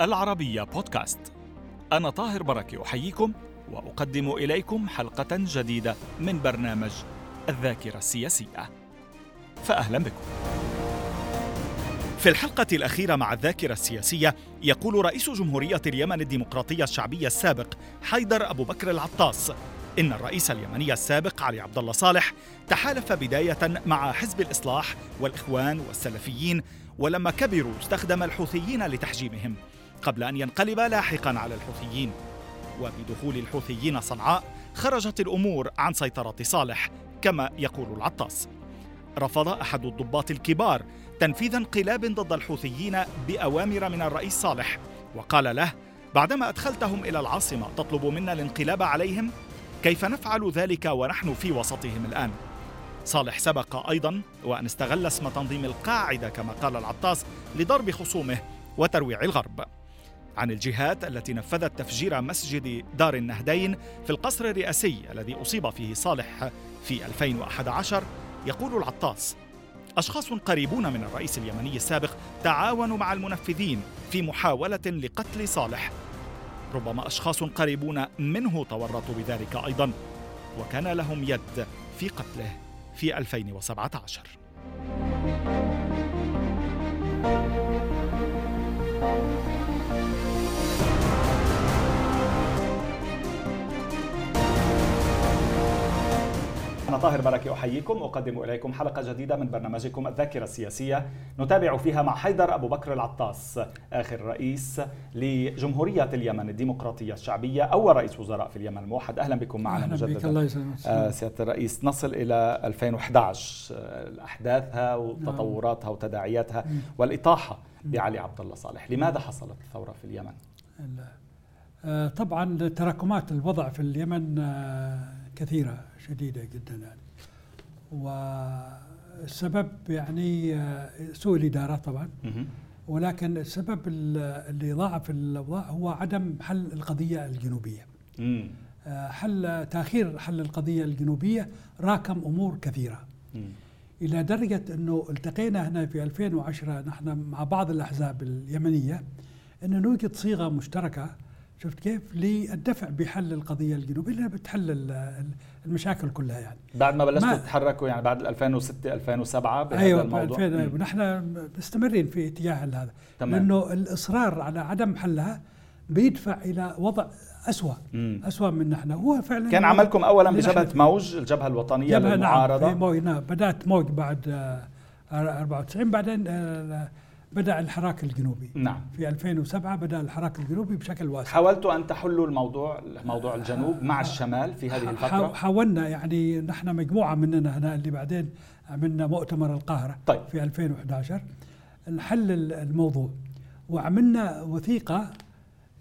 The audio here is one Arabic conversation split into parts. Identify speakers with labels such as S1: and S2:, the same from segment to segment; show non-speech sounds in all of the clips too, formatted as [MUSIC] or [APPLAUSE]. S1: العربية بودكاست أنا طاهر بركة أحييكم وأقدم إليكم حلقة جديدة من برنامج الذاكرة السياسية فأهلا بكم في الحلقة الأخيرة مع الذاكرة السياسية يقول رئيس جمهورية اليمن الديمقراطية الشعبية السابق حيدر أبو بكر العطاس إن الرئيس اليمني السابق علي عبد الله صالح تحالف بداية مع حزب الإصلاح والإخوان والسلفيين ولما كبروا استخدم الحوثيين لتحجيمهم قبل أن ينقلب لاحقا على الحوثيين وبدخول الحوثيين صنعاء خرجت الأمور عن سيطرة صالح كما يقول العطاس رفض أحد الضباط الكبار تنفيذ انقلاب ضد الحوثيين بأوامر من الرئيس صالح وقال له بعدما أدخلتهم إلى العاصمة تطلب منا الانقلاب عليهم كيف نفعل ذلك ونحن في وسطهم الآن؟ صالح سبق أيضا وأن استغل اسم تنظيم القاعدة كما قال العطاس لضرب خصومه وترويع الغرب عن الجهات التي نفذت تفجير مسجد دار النهدين في القصر الرئاسي الذي أصيب فيه صالح في 2011 يقول العطاس أشخاص قريبون من الرئيس اليمني السابق تعاونوا مع المنفذين في محاولة لقتل صالح ربما أشخاص قريبون منه تورطوا بذلك أيضا وكان لهم يد في قتله في 2017 أنا طاهر بركة أحييكم أقدم إليكم حلقة جديدة من برنامجكم الذاكرة السياسية نتابع فيها مع حيدر أبو بكر العطاس آخر رئيس لجمهورية اليمن الديمقراطية الشعبية أول رئيس وزراء في اليمن الموحد أهلا بكم معنا
S2: أهلا بك
S1: مجددا
S2: الله يسلمك
S1: آه، سيادة الرئيس نصل إلى 2011 آه، أحداثها وتطوراتها
S2: نعم.
S1: وتداعياتها والإطاحة بعلي عبد الله صالح لماذا حصلت الثورة في اليمن؟
S2: آه، طبعا تراكمات الوضع في اليمن آه، كثيرة شديدة جدا يعني والسبب يعني آه، سوء الإدارة طبعا
S1: مهم.
S2: ولكن السبب ال- اللي ضاعف الأوضاع هو عدم حل القضية الجنوبية
S1: مم.
S2: آه، حل تأخير حل القضية الجنوبية راكم أمور كثيرة
S1: مم.
S2: الى درجه انه التقينا هنا في 2010 نحن مع بعض الاحزاب اليمنيه انه نوجد صيغه مشتركه شفت كيف للدفع بحل القضيه الجنوبيه اللي بتحل ال- ال- المشاكل كلها يعني
S1: بعد ما بلشتوا
S2: ما-
S1: تتحركوا يعني بعد 2006 2007 بهذا
S2: ايوه
S1: الموضوع
S2: فعلا
S1: مم.
S2: نحن مستمرين في اتجاه هذا
S1: تمام.
S2: لانه الاصرار على عدم حلها بيدفع الى وضع أسوأ
S1: مم.
S2: أسوأ من نحن هو فعلا
S1: كان عملكم اولا
S2: اللي نحن-
S1: بجبهه موج الجبهه الوطنيه
S2: جبهة
S1: للمعارضه
S2: نعم في موي نعم بدأت موج بعد آه، 94 بعدين آه، بدأ الحراك الجنوبي
S1: نعم
S2: في 2007 بدأ الحراك الجنوبي بشكل واسع
S1: حاولتوا ان تحلوا الموضوع موضوع الجنوب مع الشمال في هذه
S2: حا-
S1: الفتره
S2: حاولنا يعني نحن مجموعة مننا هنا اللي بعدين عملنا مؤتمر القاهرة
S1: طيب
S2: في 2011 نحل ال- الموضوع وعملنا وثيقة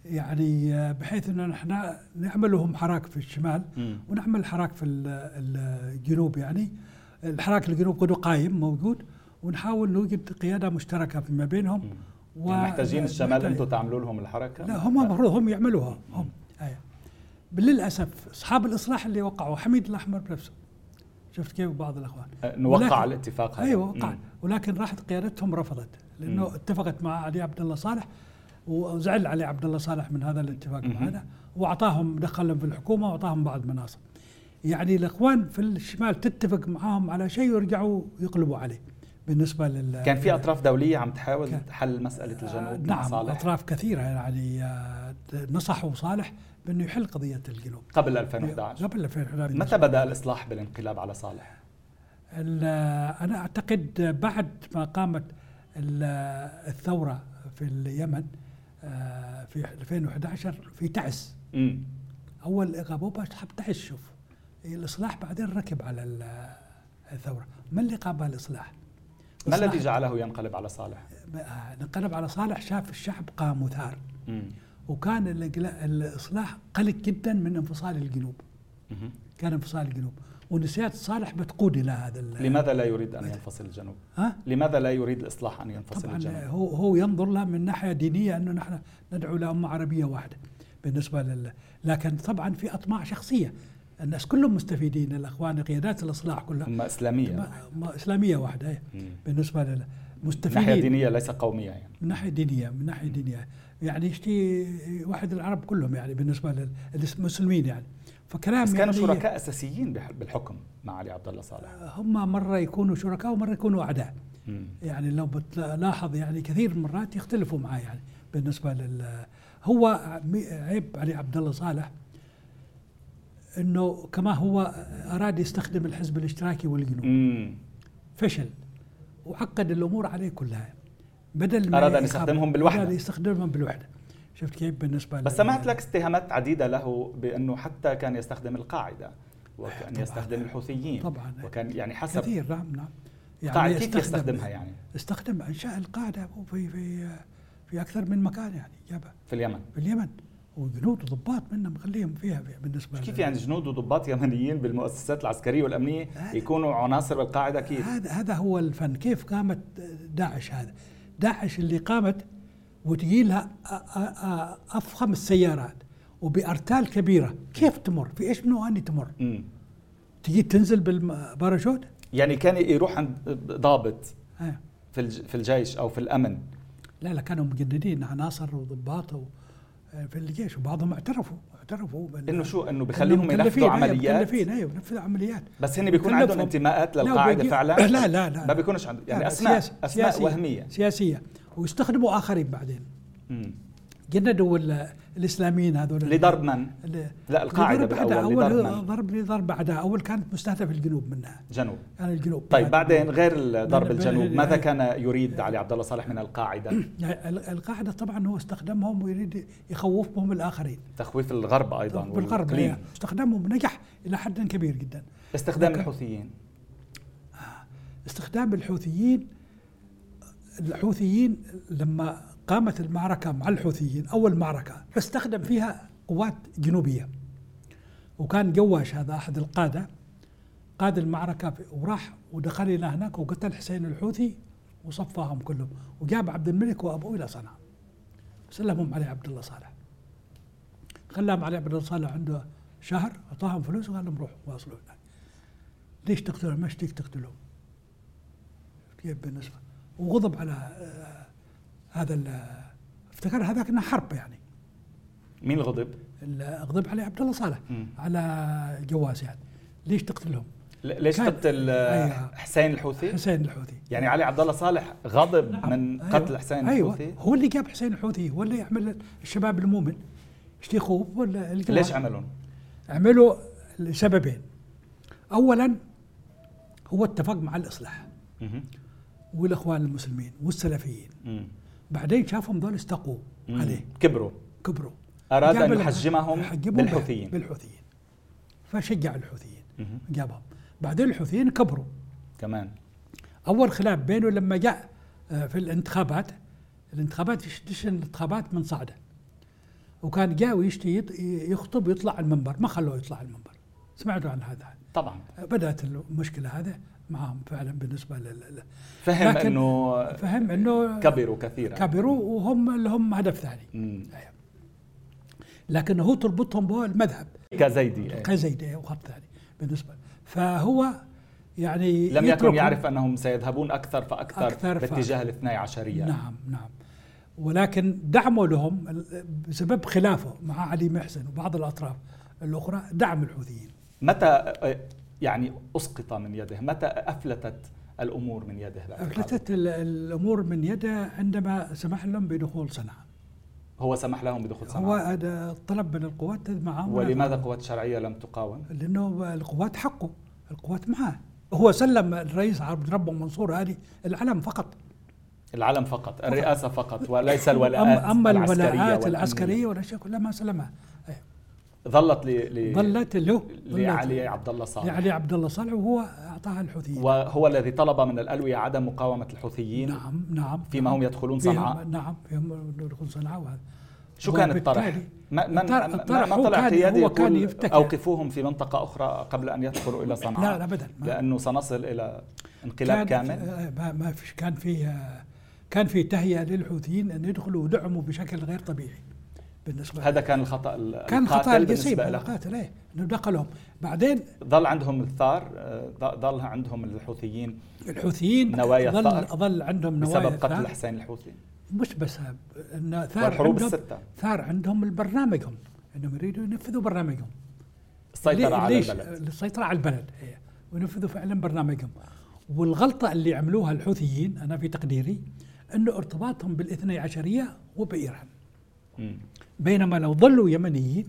S2: يعني آه، بحيث انه نحن نعمل لهم حراك في الشمال
S1: مم.
S2: ونعمل حراك في ال- ال- الجنوب يعني الحراك الجنوب قدو قايم موجود ونحاول نوجد قياده مشتركه فيما بينهم و-
S1: يعني محتاجين الشمال
S2: محتاج-
S1: انتم تعملوا لهم آه، الحركه
S2: لا هم المفروض هم يعملوها هم أي. للاسف اصحاب الاصلاح اللي وقعوا حميد الاحمر بنفسه شفت كيف بعض الاخوان
S1: أه، نوقع
S2: ولكن-
S1: على الاتفاق هذا
S2: ايوه وقع
S1: مم.
S2: ولكن راحت قيادتهم رفضت لانه
S1: مم.
S2: اتفقت مع علي عبد الله صالح وزعل علي عبد الله صالح من هذا الاتفاق
S1: مهم.
S2: معنا واعطاهم دخلهم في الحكومه واعطاهم بعض مناصب يعني الاخوان في الشمال تتفق معاهم على شيء ويرجعوا يقلبوا عليه بالنسبه لل
S1: كان في اطراف دوليه عم تحاول
S2: كان-
S1: تحل مساله
S2: آه،
S1: الجنوب مع
S2: نعم
S1: صالح
S2: اطراف كثيره يعني آه، نصحوا صالح بانه يحل قضيه الجنوب
S1: قبل 2011
S2: قبل 2011
S1: متى بدا الاصلاح بالانقلاب على صالح
S2: ال- آه، أنا أعتقد بعد ما قامت ال- آه، الثورة في اليمن آه، في 2011 في تعس
S1: مم.
S2: أول غابوبة حب تعس شوف الإصلاح بعدين ركب على ال- آه، الثورة ما اللي قام بالإصلاح؟
S1: ما الذي
S2: الإصلاح-
S1: جعله ينقلب على صالح
S2: آه، انقلب على صالح شاف الشعب قام وثار
S1: مم.
S2: وكان الإقلا- الإصلاح قلق جدا من انفصال الجنوب
S1: مهم.
S2: كان انفصال الجنوب ونسيات صالح بتقود إلى هذا ال-
S1: لماذا لا يريد ان ينفصل الجنوب
S2: ها؟
S1: لماذا لا يريد الإصلاح أن ينفصل
S2: طبعا
S1: الجنوب؟
S2: هو هو ينظر لها من ناحيه دينيه انه نحن ندعو لامه عربيه واحده بالنسبه لل لكن طبعا في اطماع شخصيه الناس كلهم مستفيدين الاخوان قيادات الاصلاح كلها
S1: أمة إسلامية
S2: ما- ما- اسلاميه واحده إيه.
S1: مم.
S2: بالنسبه لل
S1: من ناحيه
S2: مستفيدين
S1: دينيه ليس قوميه يعني
S2: من ناحيه دينيه من ناحيه دينيه يعني يشتي واحد العرب كلهم يعني بالنسبه للمسلمين يعني فكلام
S1: بس كانوا
S2: يعني
S1: شركاء اساسيين بح- بالحكم مع علي عبد الله صالح
S2: هم مره يكونوا شركاء ومره يكونوا اعداء
S1: مم.
S2: يعني لو بتلاحظ يعني كثير من مرات يختلفوا معاه يعني بالنسبه لل هو عمي- عيب علي عبد الله صالح انه كما هو اراد يستخدم الحزب الاشتراكي والجنوب
S1: مم.
S2: فشل وعقد الامور عليه كلها بدل
S1: أراد أن
S2: يخاف-
S1: يستخدمهم بالوحدة.
S2: أراد يستخدمهم بالوحده شفت كيف بالنسبه
S1: بس
S2: لل-
S1: سمعت لك اتهامات عديده له بانه حتى كان يستخدم القاعده وكان
S2: طبعاً.
S1: يستخدم الحوثيين
S2: طبعاً.
S1: وكان يعني حسب
S2: كثير نعم نعم
S1: قاعدة كيف يستخدمها يعني
S2: استخدم انشاء القاعده في في في اكثر من مكان يعني جابها
S1: في اليمن
S2: في اليمن وجنود وضباط منهم مخليهم فيها في بالنسبه
S1: كيف
S2: لل-
S1: يعني جنود وضباط يمنيين بالمؤسسات العسكريه والامنيه
S2: آه.
S1: يكونوا عناصر بالقاعده كيف
S2: هذا هذا هو الفن كيف قامت داعش هذا داعش اللي قامت وتجي لها أ- أ- أ- افخم السيارات وبارتال كبيره كيف تمر في ايش من وين تمر
S1: مم.
S2: تجي تنزل بالباراشوت
S1: يعني كان يروح عند ضابط
S2: آه.
S1: في الج- في الجيش او في الامن
S2: لا لا كانوا مجندين عناصر وضباط و- في الجيش وبعضهم اعترفوا اعترفوا بأن-
S1: انه شو انه
S2: إنهم
S1: بخليهم
S2: مكلفين،
S1: ينفذوا
S2: أيوة،
S1: عمليات
S2: مكلفين ايوه ينفذوا عمليات
S1: بس هن بيكون عندهم
S2: مكلفهم.
S1: انتماءات
S2: لا،
S1: للقاعده
S2: وبيجي-
S1: فعلا
S2: لا لا لا
S1: ما بيكونش عندهم يعني
S2: لا،
S1: اسماء
S2: سياسة-
S1: اسماء
S2: آه، سياسية-
S1: وهميه
S2: سياسيه ويستخدموا اخرين بعدين
S1: مم.
S2: جندوا ال- الاسلاميين هذول
S1: لضرب من
S2: ال-
S1: لا القاعده
S2: لضرب أعداء.
S1: بالاول
S2: اول
S1: لضرب من
S2: ضرب ضرب اعداء اول كانت مستهدف الجنوب منها
S1: جنوب
S2: كان الجنوب
S1: طيب بعدين غير ضرب
S2: بل- بل-
S1: الجنوب ماذا
S2: يعني-
S1: كان يريد علي عبد الله صالح من القاعده
S2: [CLEARS THROAT] يعني ال- القاعده طبعا هو استخدمهم ويريد يخوف بهم الاخرين
S1: تخويف الغرب ايضا
S2: بالغرب
S1: والإقليم.
S2: يعني. استخدامهم نجح الى حد كبير جدا
S1: استخدام
S2: لكن-
S1: الحوثيين
S2: استخدام الحوثيين الحوثيين لما قامت المعركة مع الحوثيين أول معركة استخدم فيها قوات جنوبية وكان جواش هذا أحد القادة قاد المعركة في- وراح ودخل إلى هناك وقتل حسين الحوثي وصفاهم كلهم وجاب عبد الملك وأبوه إلى صنعاء سلمهم علي عبد الله صالح خلاهم علي عبد الله صالح عنده شهر أعطاهم فلوس وقال لهم روحوا واصلوا هناك ليش تقتلهم؟ ما شتيك تقتلهم كيف بالنسبه وغضب على آه، هذا ال- افتكر هذاك انها حرب يعني
S1: مين غضب؟
S2: ال- غضب عليه عبد الله صالح
S1: مم.
S2: على جواز يعني ليش تقتلهم؟
S1: ل- ليش
S2: كان-
S1: قتل آه،
S2: أيوة.
S1: حسين الحوثي؟
S2: حسين الحوثي
S1: يعني علي عبد الله صالح غضب من قتل حسين
S2: أيوة.
S1: الحوثي
S2: هو اللي جاب حسين الحوثي هو اللي يحمل الشباب المؤمن ايش يخوف ولا الجواز.
S1: ليش عملهم؟
S2: عملوا لسببين اولا هو اتفق مع الاصلاح
S1: مهم.
S2: والاخوان المسلمين والسلفيين
S1: مم.
S2: بعدين شافهم ذول استقوا
S1: مم.
S2: عليه
S1: كبروا
S2: كبروا
S1: أراد
S2: جاب
S1: أن
S2: ال-
S1: يحجمهم
S2: يحجمهم
S1: بالحوثيين.
S2: بالحوثيين فشجع الحوثيين
S1: مهم.
S2: جابهم بعدين الحوثيين كبروا
S1: كمان
S2: اول خلاف بينه لما جاء آه، في الانتخابات الانتخابات يشتش الانتخابات من صعده وكان جاء ويشتي يط- يخطب ويطلع على المنبر ما خلوه يطلع على المنبر سمعتوا عن هذا
S1: طبعا
S2: بدات المشكله هذا معهم فعلا بالنسبه لل لل-
S1: فهم
S2: لكن-
S1: انه
S2: فهم انه
S1: كبروا كثيرا
S2: كبروا وهم لهم هدف ثاني
S1: مم.
S2: أيوة. لكن هو تربطهم بالمذهب
S1: كزيدي أي.
S2: كزيد وخط ثاني بالنسبه يعني فهو يعني
S1: لم
S2: يترك-
S1: يكن يعرف انهم سيذهبون اكثر فاكثر
S2: أكثر ف-
S1: باتجاه الاثني عشريه
S2: نعم نعم ولكن دعمه لهم ال- بسبب خلافه مع علي محسن وبعض الاطراف الاخرى دعم الحوثيين
S1: متى آه، يعني اسقط من يده؟ متى افلتت الامور من يده؟ باعتقادك؟
S2: افلتت ال- الامور من يده عندما سمح لهم بدخول صنعاء
S1: هو سمح لهم بدخول
S2: هو
S1: صنعاء
S2: هذا طلب من القوات معهم
S1: ولماذا القوات الشرعيه لم تقاوم؟
S2: لانه القوات حقه القوات معاه هو سلم الرئيس عبد ربه منصور هادي العلم فقط
S1: العلم فقط، الرئاسه فقط وليس الولاءات
S2: أما- اما
S1: العسكرية
S2: الولاءات
S1: والأمنية.
S2: العسكريه والاشياء كلها ما سلمها أيوة.
S1: ظلت ل... ل...
S2: ظلت له ظلت
S1: لعلي عبد الله صالح
S2: لعلي عبد الله صالح وهو اعطاها الحوثيين
S1: وهو الذي طلب من الألوية عدم مقاومة الحوثيين
S2: نعم نعم
S1: فيما هم يدخلون صنعاء
S2: فيهم- نعم فيهم يدخلون صنعاء وهذا
S1: شو كان الطرح؟
S2: وبالتالي
S1: ما من
S2: الطرح-
S1: ما-
S2: الطرح
S1: ما
S2: هو
S1: طلع
S2: كان-
S1: قيادي
S2: هو كان
S1: يقول
S2: يفتكر.
S1: أوقفوهم في منطقة أخرى قبل أن يدخلوا إلى صنعاء
S2: لا، لا، أبداً. ما-
S1: لأنه سنصل إلى انقلاب
S2: كان-
S1: كامل
S2: آه، ما, ما فيش كان في آه، كان في تهيئه للحوثيين ان يدخلوا ودعموا بشكل غير طبيعي بالنسبه
S1: هذا كان الخطا ال-
S2: كان خطا
S1: القاتل
S2: الجسيم
S1: بالنسبه له
S2: القاتل ايه انه دقلهم بعدين
S1: ظل عندهم الثار آه، ض- ظل عندهم الحوثيين
S2: الحوثيين
S1: نوايا
S2: ظل
S1: الثأر
S2: ظل عندهم نوايا
S1: بسبب قتل
S2: الثأر.
S1: حسين الحوثي
S2: مش بس هاب، ان ثار
S1: والحروب
S2: عندهم
S1: الستة
S2: ثار عندهم برنامجهم انهم يريدوا ينفذوا برنامجهم
S1: السيطرة
S2: ليه-
S1: على
S2: ليش؟
S1: البلد
S2: السيطرة على البلد هي. ونفذوا فعلا برنامجهم والغلطة اللي عملوها الحوثيين أنا في تقديري أنه ارتباطهم بالاثني عشرية وبإيران
S1: مم.
S2: بينما لو ظلوا يمنيين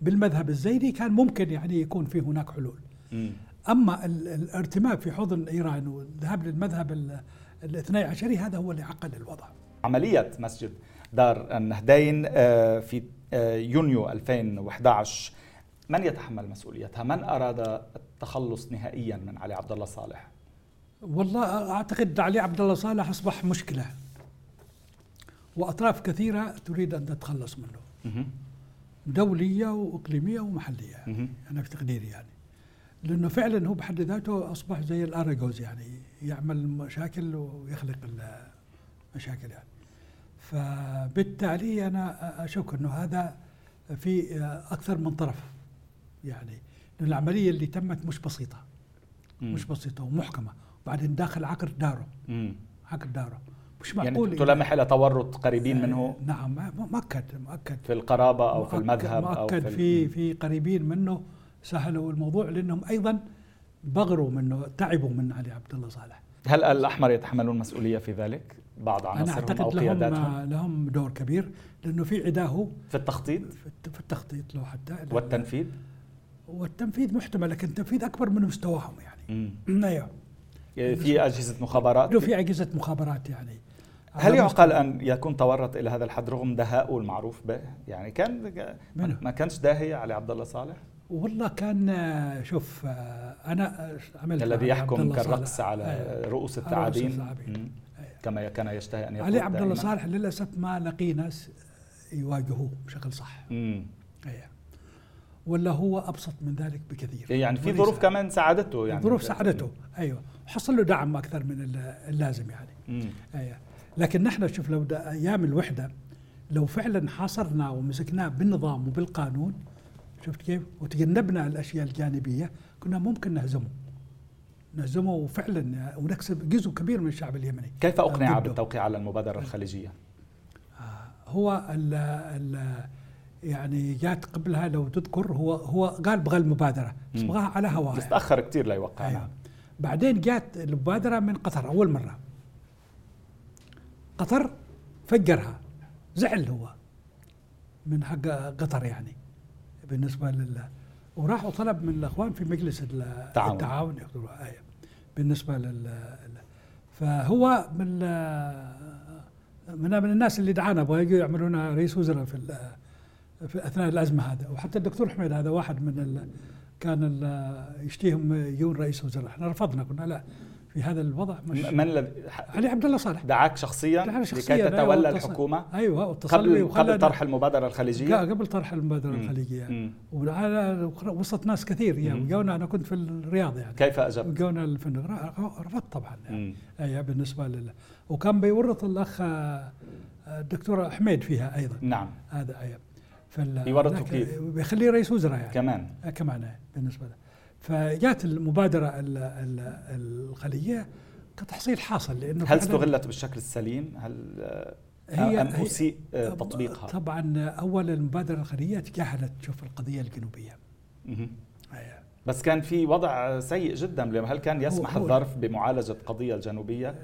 S2: بالمذهب الزيدي كان ممكن يعني يكون في هناك حلول
S1: مم.
S2: أما ال- الارتماء في حضن إيران والذهاب للمذهب ال- الاثني عشري هذا هو اللي عقد الوضع
S1: عملية مسجد دار النهدين آه، في آه، يونيو 2011 من يتحمل مسؤوليتها؟ من أراد التخلص نهائيا من علي عبد الله صالح؟
S2: والله اعتقد علي عبد الله صالح اصبح مشكله واطراف كثيره تريد ان تتخلص منه
S1: مهم.
S2: دوليه واقليميه ومحليه
S1: مهم.
S2: انا في تقديري يعني لانه فعلا هو بحد ذاته اصبح زي الاراجوز يعني يعمل مشاكل ويخلق المشاكل يعني فبالتالي انا اشك انه هذا في اكثر من طرف يعني لأن العمليه اللي تمت مش بسيطه
S1: مم.
S2: مش بسيطه ومحكمه وبعدين داخل عقر داره
S1: مم.
S2: عقر داره مش
S1: يعني
S2: معقول
S1: تلامح إلى تورط قريبين منه
S2: نعم مؤكد مؤكد
S1: في القرابة أو في
S2: مؤكد-
S1: المذهب أو في
S2: مؤكد في
S1: ال-
S2: في قريبين منه سهلوا الموضوع لانهم ايضا بغروا منه تعبوا من علي عبد الله صالح
S1: هل الأحمر يتحملون مسؤولية في ذلك؟ بعض
S2: انا
S1: عناصرهم أو
S2: اعتقد لهم
S1: قياداتهم
S2: لهم دور كبير لانه في عداه
S1: في التخطيط
S2: في الت- في التخطيط لو حتى
S1: والتنفيذ؟
S2: والتنفيذ محتمل لكن التنفيذ اكبر من مستواهم يعني
S1: مم.
S2: ايوه
S1: في أجهزة مخابرات
S2: لانه في اجهزه مخابرات يعني
S1: هل
S2: على
S1: يعقل ان يكون تورط الى هذا الحد رغم دهائه المعروف به؟ يعني كان
S2: منه؟
S1: ما كانش داهيه على عبد الله صالح
S2: والله كان آه، شوف آه، انا آه، عملت
S1: الذي
S2: مع عبد
S1: يحكم
S2: الله
S1: كالرقص
S2: صالح.
S1: على
S2: أيوة.
S1: رؤوس
S2: على
S1: الثعابين
S2: رؤوس الثعابين.
S1: مم.
S2: أيوة.
S1: كما كان يشتهي ان يقول
S2: علي عبد الله
S1: دائماً.
S2: صالح للاسف ما لقي ناس يواجهوه بشكل صح
S1: مم.
S2: أي. ولا هو ابسط من ذلك بكثير
S1: يعني في
S2: وليس-
S1: ظروف كمان ساعدته يعني
S2: ظروف ساعدته ايوه حصل له دعم اكثر من الل- اللازم يعني
S1: مم.
S2: أي. لكن نحن شوف لو دا- ايام الوحده لو فعلا حاصرنا ومسكناه بالنظام وبالقانون شفت كيف وتجنبنا الاشياء الجانبيه كنا ممكن نهزمه نهزمه وفعلا ونكسب جزء كبير من الشعب اليمني
S1: كيف اقنع
S2: ضده. أيوة.
S1: بالتوقيع على المبادره الخليجيه؟
S2: هو ال ال يعني جات قبلها لو تذكر هو هو قال بغى المبادره بس
S1: مم.
S2: بغاها على
S1: بس
S2: هواها
S1: تاخر كثير ليوقعنا
S2: أيوة. بعدين جات المبادره من قطر اول مره قطر فجرها زعل هو من حق قطر يعني بالنسبه لل وراح وطلب من الاخوان في مجلس ال-
S1: التعاون.
S2: التعاون يحضروها أيوة. بالنسبه لل ال- فهو من من من الناس اللي دعانا يبغوا يجوا يعملونا رئيس وزراء في ال- في اثناء الازمه هذا وحتى الدكتور حميد هذا واحد من ال كان ال- يشتيهم يجون رئيس وزراء احنا رفضنا قلنا لا في هذا الوضع مش
S1: م- من الذي ح-
S2: علي عبد الله صالح
S1: دعاك شخصيا
S2: دعانا
S1: لكي
S2: أيوة،
S1: تتولى
S2: واتصل-
S1: الحكومه
S2: ايوه واتصل بي
S1: قبل
S2: وخلاني-
S1: قبل طرح المبادره الخليجيه؟
S2: قبل طرح المبادره
S1: مم.
S2: الخليجيه
S1: مم.
S2: وعلى وسط ناس كثير يعني
S1: مم.
S2: وجونا انا كنت في الرياض يعني
S1: كيف اجبت؟
S2: وجونا الفندق ر- رفضت طبعا يعني
S1: مم.
S2: اي بالنسبه لل وكان بيورط الاخ آه، الدكتور حميد فيها ايضا
S1: نعم
S2: هذا اي فال
S1: يورطه
S2: لكن
S1: كيف؟
S2: بيخليه رئيس وزراء يعني
S1: كمان
S2: آه، كمان آه، بالنسبه له فجات المبادره ال- ال- الخليجيه كتحصيل حاصل لانه
S1: هل
S2: فعلاً
S1: استغلت بالشكل السليم؟ هل آه، أم أسيء آه، تطبيقها؟
S2: طبعا اولا المبادره الخليجيه تجاهلت شوف القضيه الجنوبيه
S1: مهم.
S2: آه،
S1: بس كان في وضع سيء جدا لما هل كان يسمح
S2: هو-
S1: الظرف بمعالجة القضية الجنوبية؟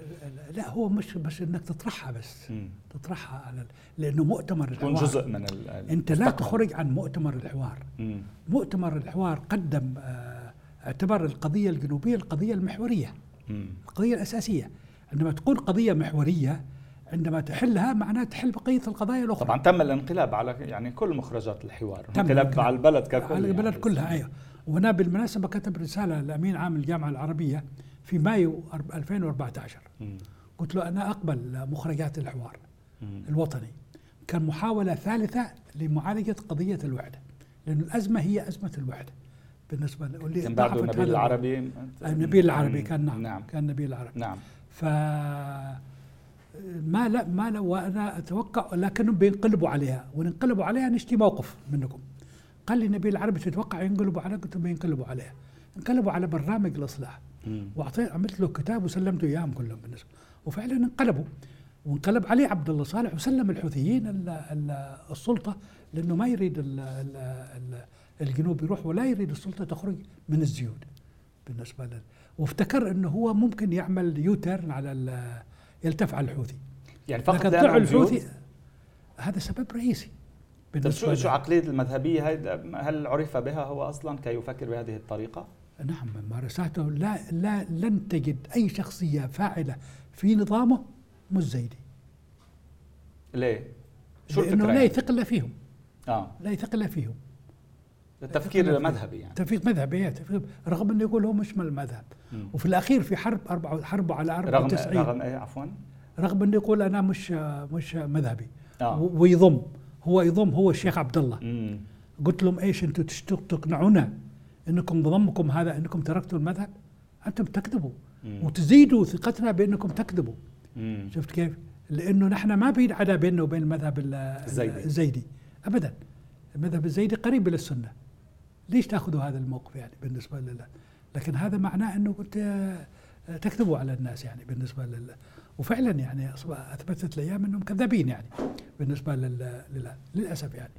S2: لا هو مش بس انك تطرحها بس
S1: مم.
S2: تطرحها على ال- لانه مؤتمر
S1: تكون
S2: الحوار
S1: جزء من ال- ال-
S2: انت لا
S1: المستقبل.
S2: تخرج عن مؤتمر الحوار
S1: مم.
S2: مؤتمر الحوار قدم آه، اعتبر القضية الجنوبية القضية المحورية
S1: مم.
S2: القضية الأساسية عندما تكون قضية محورية عندما تحلها معناها تحل بقية القضايا الأخرى
S1: طبعا تم الانقلاب على يعني كل مخرجات الحوار انقلاب
S2: الانقلاب.
S1: على البلد ككل
S2: على البلد
S1: يعني.
S2: كلها أيوة وأنا بالمناسبة كتب رسالة لأمين عام الجامعة العربية في مايو أرب- 2014
S1: مم.
S2: قلت له أنا أقبل مخرجات الحوار
S1: مم.
S2: الوطني كان محاولة ثالثة لمعالجة قضية الوحدة لأن الأزمة هي أزمة الوحدة بالنسبة ل- واللي
S1: كان بعده
S2: ضعفت
S1: نبيل
S2: هذا-
S1: العربي
S2: النبيل العربي نعم.
S1: مم.
S2: كان نعم,
S1: نعم
S2: كان نبيل العربي
S1: نعم
S2: ف ما لا ما لا وانا اتوقع لكنهم بينقلبوا عليها وننقلبوا عليها نشتي موقف منكم قال لي نبيل العربي تتوقع ينقلبوا عليها قلت لهم بينقلبوا عليها انقلبوا على برنامج الاصلاح واعطيت عملت له كتاب وسلمته اياهم كلهم بالنسبه وفعلا انقلبوا وانقلب عليه عبد الله صالح وسلم الحوثيين ال- ال- السلطه لانه ما يريد ال- ال- ال- الجنوب يروح ولا يريد السلطه تخرج من الزيود بالنسبه له وافتكر انه هو ممكن يعمل يوترن على ال- يلتف على الحوثي
S1: يعني فقط
S2: لكن
S1: لأنهم
S2: طلعوا
S1: زيوت؟
S2: الحوثي هذا سبب رئيسي
S1: طب
S2: بالنسبه
S1: شو شو
S2: له.
S1: عقليه المذهبيه هاي هل عرف بها هو اصلا كي يفكر بهذه الطريقه؟
S2: نعم ممارساته لا لا لن تجد اي شخصيه فاعله في نظامه مش زيدي
S1: ليه؟ شو
S2: لانه
S1: الفكره؟
S2: لا
S1: يعني؟
S2: يثق الا فيهم
S1: اه
S2: لا يثق الا فيهم
S1: التفكير مذهبي يعني
S2: تفكير مذهبي إيه، تفكير رغم انه يقول هو مش من المذهب
S1: مم.
S2: وفي الاخير في حرب أربعة حرب على
S1: رغم
S2: 94 رغم,
S1: رغم ايه عفوا؟
S2: رغم انه يقول انا مش مش مذهبي
S1: آه.
S2: و- ويضم هو يضم هو الشيخ عبد الله
S1: مم.
S2: قلت لهم ايش انتم تشت- تقنعونا انكم بضمكم هذا انكم تركتوا المذهب انتم تكذبوا
S1: مم.
S2: وتزيدوا ثقتنا بانكم تكذبوا
S1: مم.
S2: شفت كيف؟ لانه نحن ما بين عدا بيننا وبين المذهب ال-
S1: الزيدي.
S2: الزيدي ابدا المذهب الزيدي قريب من السنه ليش تاخذوا هذا الموقف يعني بالنسبه لله لكن هذا معناه انه كنت آه، آه، تكذبوا على الناس يعني بالنسبه لله وفعلا يعني أصبح- اثبتت الايام انهم كذابين يعني بالنسبه لل- لله للاسف يعني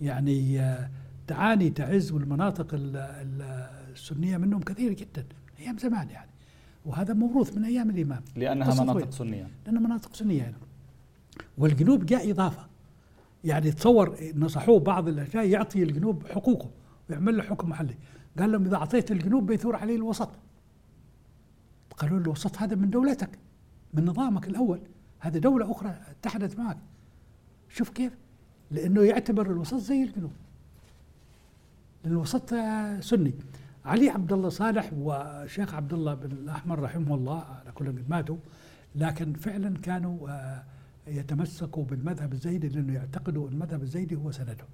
S2: يعني آه، تعاني تعز والمناطق ال- ال- السنيه منهم كثير جدا ايام زمان يعني وهذا موروث من ايام الامام
S1: لانها
S2: قصة
S1: مناطق
S2: طويلة.
S1: سنيه
S2: لانه مناطق سنيه هنا والجنوب جاء اضافه يعني تصور نصحوه بعض الاشياء يعطي الجنوب حقوقه ويعمل له حكم محلي قال لهم اذا اعطيت الجنوب بيثور عليه الوسط قالوا له الوسط هذا من دولتك من نظامك الاول هذا دوله اخرى اتحدت معك شوف كيف لانه يعتبر الوسط زي الجنوب لان الوسط آه، سني علي عبد الله صالح والشيخ عبد الله بن الاحمر رحمه الله على كل قد ماتوا لكن فعلا كانوا آه، يتمسكوا بالمذهب الزيدي لانه يعتقدوا المذهب الزيدي هو سندهم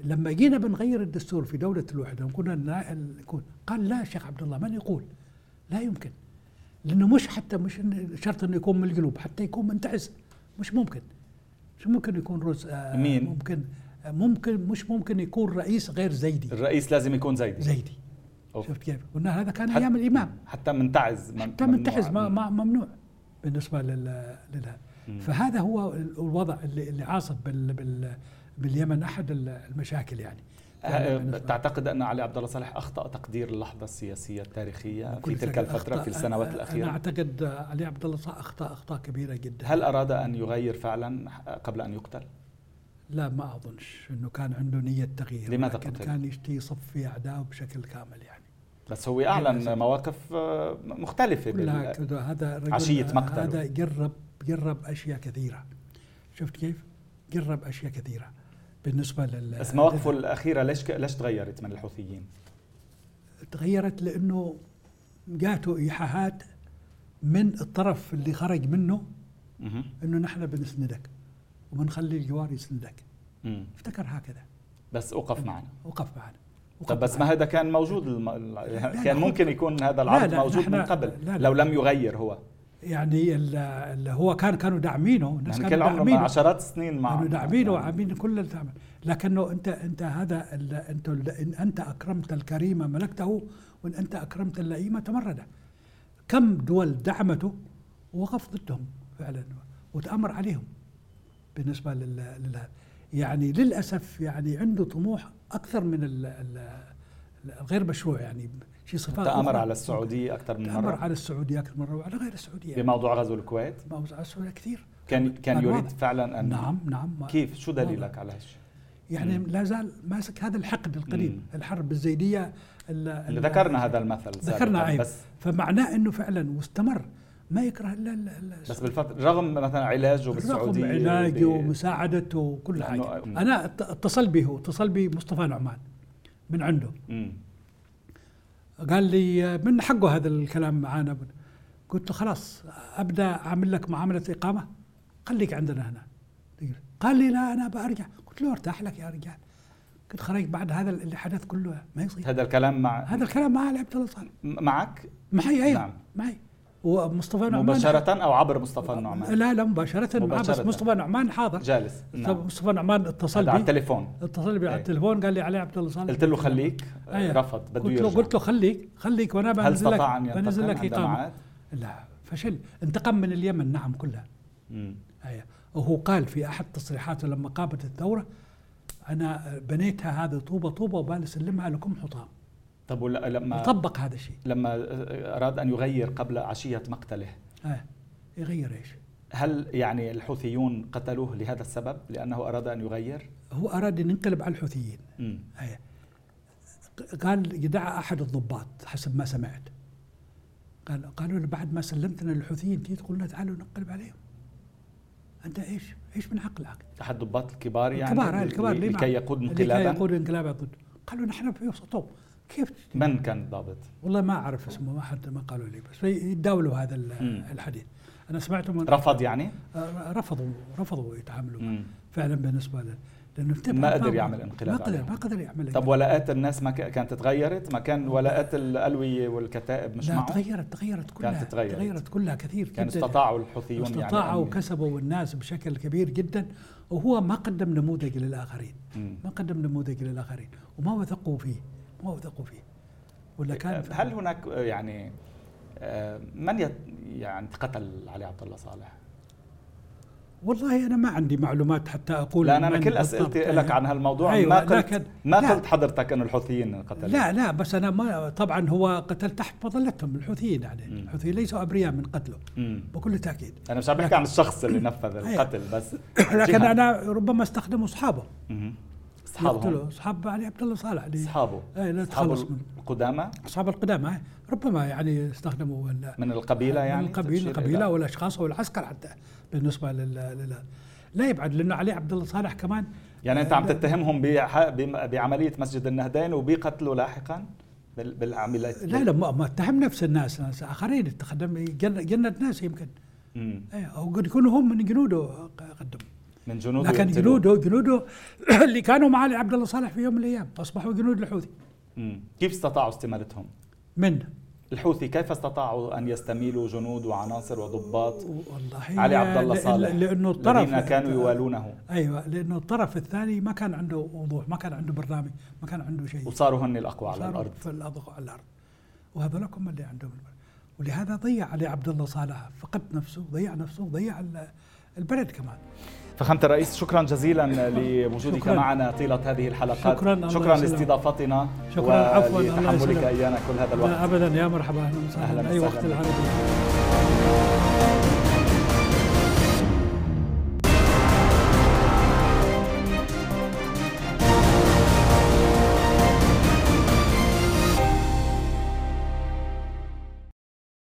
S2: لما جينا بنغير الدستور في دولة الوحدة وكنا نا- ال- يكون- قال لا شيخ عبد الله من يقول لا يمكن لأنه مش حتى مش إن- شرط أنه يكون من الجنوب حتى يكون من تعز مش ممكن مش ممكن يكون رز آه،
S1: مين؟
S2: ممكن آه، ممكن مش ممكن يكون رئيس غير زيدي
S1: الرئيس لازم يكون زيدي
S2: زيدي
S1: أوف.
S2: شفت كيف؟ قلنا هذا كان
S1: حتى-
S2: أيام الإمام
S1: حتى منتعز من-
S2: حتى
S1: ممنوع.
S2: متحز ما ما ممنوع بالنسبه لل للها
S1: مم.
S2: فهذا هو ال- الوضع اللي, اللي عاصف بال بال باليمن احد ال- المشاكل يعني
S1: آه،
S2: بالنسبة-
S1: تعتقد ان علي عبد الله صالح اخطا تقدير اللحظه السياسيه التاريخيه في
S2: كل
S1: تلك
S2: شكل
S1: الفتره
S2: أخطاء.
S1: في السنوات
S2: أنا-
S1: الاخيره
S2: انا اعتقد علي عبد الله صح اخطا اخطاء كبيره جدا
S1: هل أراد أن يغير فعلا قبل أن يقتل؟
S2: لا ما اظنش انه كان عنده نيه تغيير
S1: لماذا
S2: لكن
S1: قتل؟
S2: كان يشتي يصفي اعدائه بشكل كامل يعني
S1: بس هو
S2: للأسف.
S1: أعلن مواقف آه، مختلفة
S2: كلها
S1: بال...
S2: كده هذا رجل آه،
S1: عشية مقتله.
S2: هذا جرب جرب اشياء كثيره شفت كيف؟ جرب اشياء كثيره بالنسبه لل
S1: بس مواقفه الأخيرة ليش ك... ليش تغيرت من الحوثيين؟
S2: تغيرت لانه جاته ايحاءات من الطرف اللي خرج منه
S1: مهم.
S2: انه نحن بنسندك وبنخلي الجوار يسندك
S1: مم.
S2: افتكر هكذا
S1: بس أوقف معنا
S2: وقف معنا وقف
S1: طب بس ما
S2: معنا.
S1: هذا كان موجود الم... ال- يعني
S2: لا،
S1: كان
S2: لا،
S1: ممكن يكون هذا العرض
S2: لا،
S1: موجود
S2: نحن-
S1: من قبل
S2: لا، لا.
S1: لو لم يغير هو
S2: يعني ال- ال- هو كان كانوا داعمينه الناس
S1: يعني
S2: كانوا
S1: كل عمره مع
S2: داعمينه
S1: عشرات السنين مع
S2: كانوا داعمينه وعاملين كل اللي تعمل لكنه انت انت هذا ال- انت ال- ان انت اكرمت الكريم ملكته وان انت اكرمت اللئيم تمرده كم دول دعمته ووقف ضدهم فعلا وتامر عليهم بالنسبه لل لل- يعني للاسف يعني عنده طموح اكثر من ال- ال- ال- الغير مشروع يعني شيء صفات
S1: تآمر
S2: أخرى.
S1: على السعودية أكثر من
S2: تامر
S1: مرة
S2: على السعوديه اكثر مره وعلى غير السعوديه يعني.
S1: بموضوع غزو الكويت
S2: ما على السعوديه كثير
S1: كان كان
S2: كان
S1: يريد
S2: واضح.
S1: فعلا أن
S2: نعم نعم ما-
S1: كيف شو دليلك
S2: واضح.
S1: على هالشيء؟
S2: يعني لا زال ماسك هذا الحقد القديم
S1: مم.
S2: الحرب الزيديه ال-
S1: اللي
S2: ال-
S1: ذكرنا هذا المثل
S2: ذكرنا
S1: سابقاً،
S2: عيب
S1: بس
S2: فمعناه انه فعلا واستمر ما يكره الا ال- ال-
S1: بس بالفترة رغم مثلا علاجه
S2: رغم
S1: بالسعودية
S2: علاجه
S1: ب-
S2: ومساعدته وكل
S1: لأنه-
S2: حاجه
S1: مم.
S2: انا ات- اتصل به هو، اتصل بي مصطفى نعمان من عنده
S1: مم.
S2: قال لي من حقه هذا الكلام معانا قلت له خلاص ابدا اعمل لك معامله اقامه خليك عندنا هنا قال لي لا انا برجع قلت له ارتاح لك يا رجال قلت خرج بعد هذا اللي حدث كله ما يصير
S1: هذا الكلام مع
S2: هذا الكلام مع علي عبد الله صالح
S1: معك
S2: معي ايضا
S1: نعم.
S2: معي ومصطفى نعمان
S1: مباشرة أو عبر مصطفى النعمان
S2: لا لا مباشرة, معاه بس
S1: مباشرة.
S2: مصطفى نعمان حاضر
S1: جالس نعم
S2: مصطفى نعمان اتصل
S1: هذا على
S2: بي
S1: التليفون
S2: اتصل بي على
S1: إيه.
S2: التليفون قال لي علي عبد الله صالح
S1: قلت له خليك آه،
S2: أيه.
S1: رفض بده
S2: قلت له
S1: يرجع
S2: قلت له خليك خليك وانا
S1: هل
S2: بنزل لك
S1: استطاع أن
S2: بنزل
S1: ينتقم
S2: لك
S1: عند
S2: اقامه
S1: معاد؟
S2: لا فشل انتقم من اليمن نعم كلها
S1: مم.
S2: أيه. وهو قال في احد تصريحاته لما قامت الثوره انا بنيتها هذه طوبه طوبه وبسلمها لكم حطام
S1: طب ولا- لما
S2: وطبق هذا الشيء
S1: لما أراد أن يغير قبل عشية مقتله
S2: أيه. يغير ايش؟
S1: هل يعني الحوثيون قتلوه لهذا السبب لأنه أراد أن يغير؟
S2: هو اراد ان ينقلب على الحوثيين
S1: مم.
S2: أيه. قال يدعى احد الضباط حسب ما سمعت قال قالوا له بعد ما سلمتنا للحوثيين تيجي تقول لنا تعالوا نقلب عليهم انت ايش ايش من عقلك
S1: أحد الضباط الكبار يعني
S2: الكبار آه،
S1: لل-
S2: الكبار اللي
S1: لكي
S2: معه.
S1: يقود
S2: لكي
S1: انقلابا
S2: يقود انقلابا ضد قالوا نحن في وسطهم كيف تشتري؟
S1: من كان الضابط؟
S2: والله ما اعرف اسمه ما حد ما قالوا لي بس يتداولوا هذا ال-
S1: مم.
S2: الحديث انا سمعته من
S1: رفض يعني؟
S2: آه، رفضوا رفضوا يتعاملوا معه
S1: مم.
S2: فعلا بالنسبه له لانه انتبه،
S1: ما قدر
S2: فاهم.
S1: يعمل انقلاب
S2: ما قدر
S1: عليهم.
S2: ما قدر يعمل
S1: طب ولاءات الناس ما ك- كانت تغيرت؟ ما كان ولاءات الألوية والكتائب مش
S2: لا
S1: معه؟
S2: تغيرت تغيرت كلها
S1: تتغير.
S2: تغيرت كلها كثير
S1: كان
S2: جدا
S1: استطاعوا الحوثيون يعني
S2: استطاعوا
S1: أن-
S2: وكسبوا الناس بشكل كبير جدا وهو ما قدم نموذج للاخرين
S1: مم.
S2: ما قدم نموذج للاخرين وما وثقوا فيه ما وثقوا فيه ولا كان
S1: إيه، هل هناك آه، يعني آه، من يت يعني قتل علي عبد الله صالح؟
S2: والله انا ما عندي معلومات حتى اقول
S1: لأن أنا
S2: من
S1: كل
S2: بالضبط
S1: أسئلتي
S2: يعني.
S1: لك عن هالموضوع
S2: أيوة،
S1: ما قلت
S2: لكن-
S1: ما
S2: لا.
S1: قلت حضرتك أن الحوثيين قتلوا
S2: لا لا بس انا ما طبعا هو قتل تحت مظلتهم الحوثيين يعني
S1: مم.
S2: الحوثيين ليسوا ابرياء من قتله
S1: مم.
S2: بكل تاكيد
S1: أنا مش عم بحكي عن الشخص اللي نفذ القتل بس
S2: أيوة. لكن
S1: جهة.
S2: انا ربما استخدموا اصحابه
S1: مم. أصحابهم
S2: يقتلوا اصحاب علي عبد الله صالح اللي-
S1: أصحابه
S2: إيه، لا
S1: أصحابه
S2: تخلص منه.
S1: القدامى
S2: اصحاب القدامى إيه. ربما يعني استخدموا ال-
S1: من القبيلة يعني
S2: من القبيله
S1: تشير إلى-
S2: القبيله والاشخاص والعسكر حتى بالنسبه لل, لل لا يبعد لانه علي عبد الله صالح كمان
S1: يعني انت عم
S2: لا-
S1: تتهمهم بح- بم- بعمليه مسجد النهدين وبقتله لاحقا بال- بالعمليه
S2: لا لا ما ما اتهم نفس الناس ناس اخرين اتخذهم جند جند ناس يمكن
S1: مم.
S2: إيه، او قد يكونوا هم من جنوده قدموا
S1: من جنوده
S2: لكن
S1: يقتلوه.
S2: جنوده جنوده [COUGHS] اللي كانوا مع علي عبد الله صالح في يوم من الايام اصبحوا جنود الحوثي
S1: مم. كيف استطاعوا استمالتهم؟
S2: من
S1: الحوثي كيف استطاعوا ان يستميلوا جنود وعناصر وضباط
S2: والله
S1: علي عبد الله
S2: لأن-
S1: صالح
S2: لانه الطرف يعني.
S1: الذين كانوا يوالونه
S2: ايوه لانه الطرف الثاني ما كان عنده وضوح ما كان عنده برنامج ما كان عنده شيء
S1: وصاروا هن الاقوى على
S2: صاروا
S1: الارض
S2: في الارض على الارض وهذول هم اللي عندهم البلد. ولهذا ضيع علي عبد الله صالح فقد نفسه ضيع نفسه ضيع البلد كمان
S1: فخامة الرئيس شكرا جزيلا لوجودك
S2: شكراً.
S1: معنا طيلة هذه الحلقات
S2: شكراً، الله
S1: شكرا
S2: يسلمك.
S1: لاستضافتنا
S2: شكراً، عفواً، الله
S1: ولتحملك
S2: يسلمك.
S1: ايانا كل هذا الوقت
S2: لا ابدا يا مرحبا اهلا وسهلا
S1: أهلاً
S2: اي
S1: وسهلاً بك.
S2: وقت العربي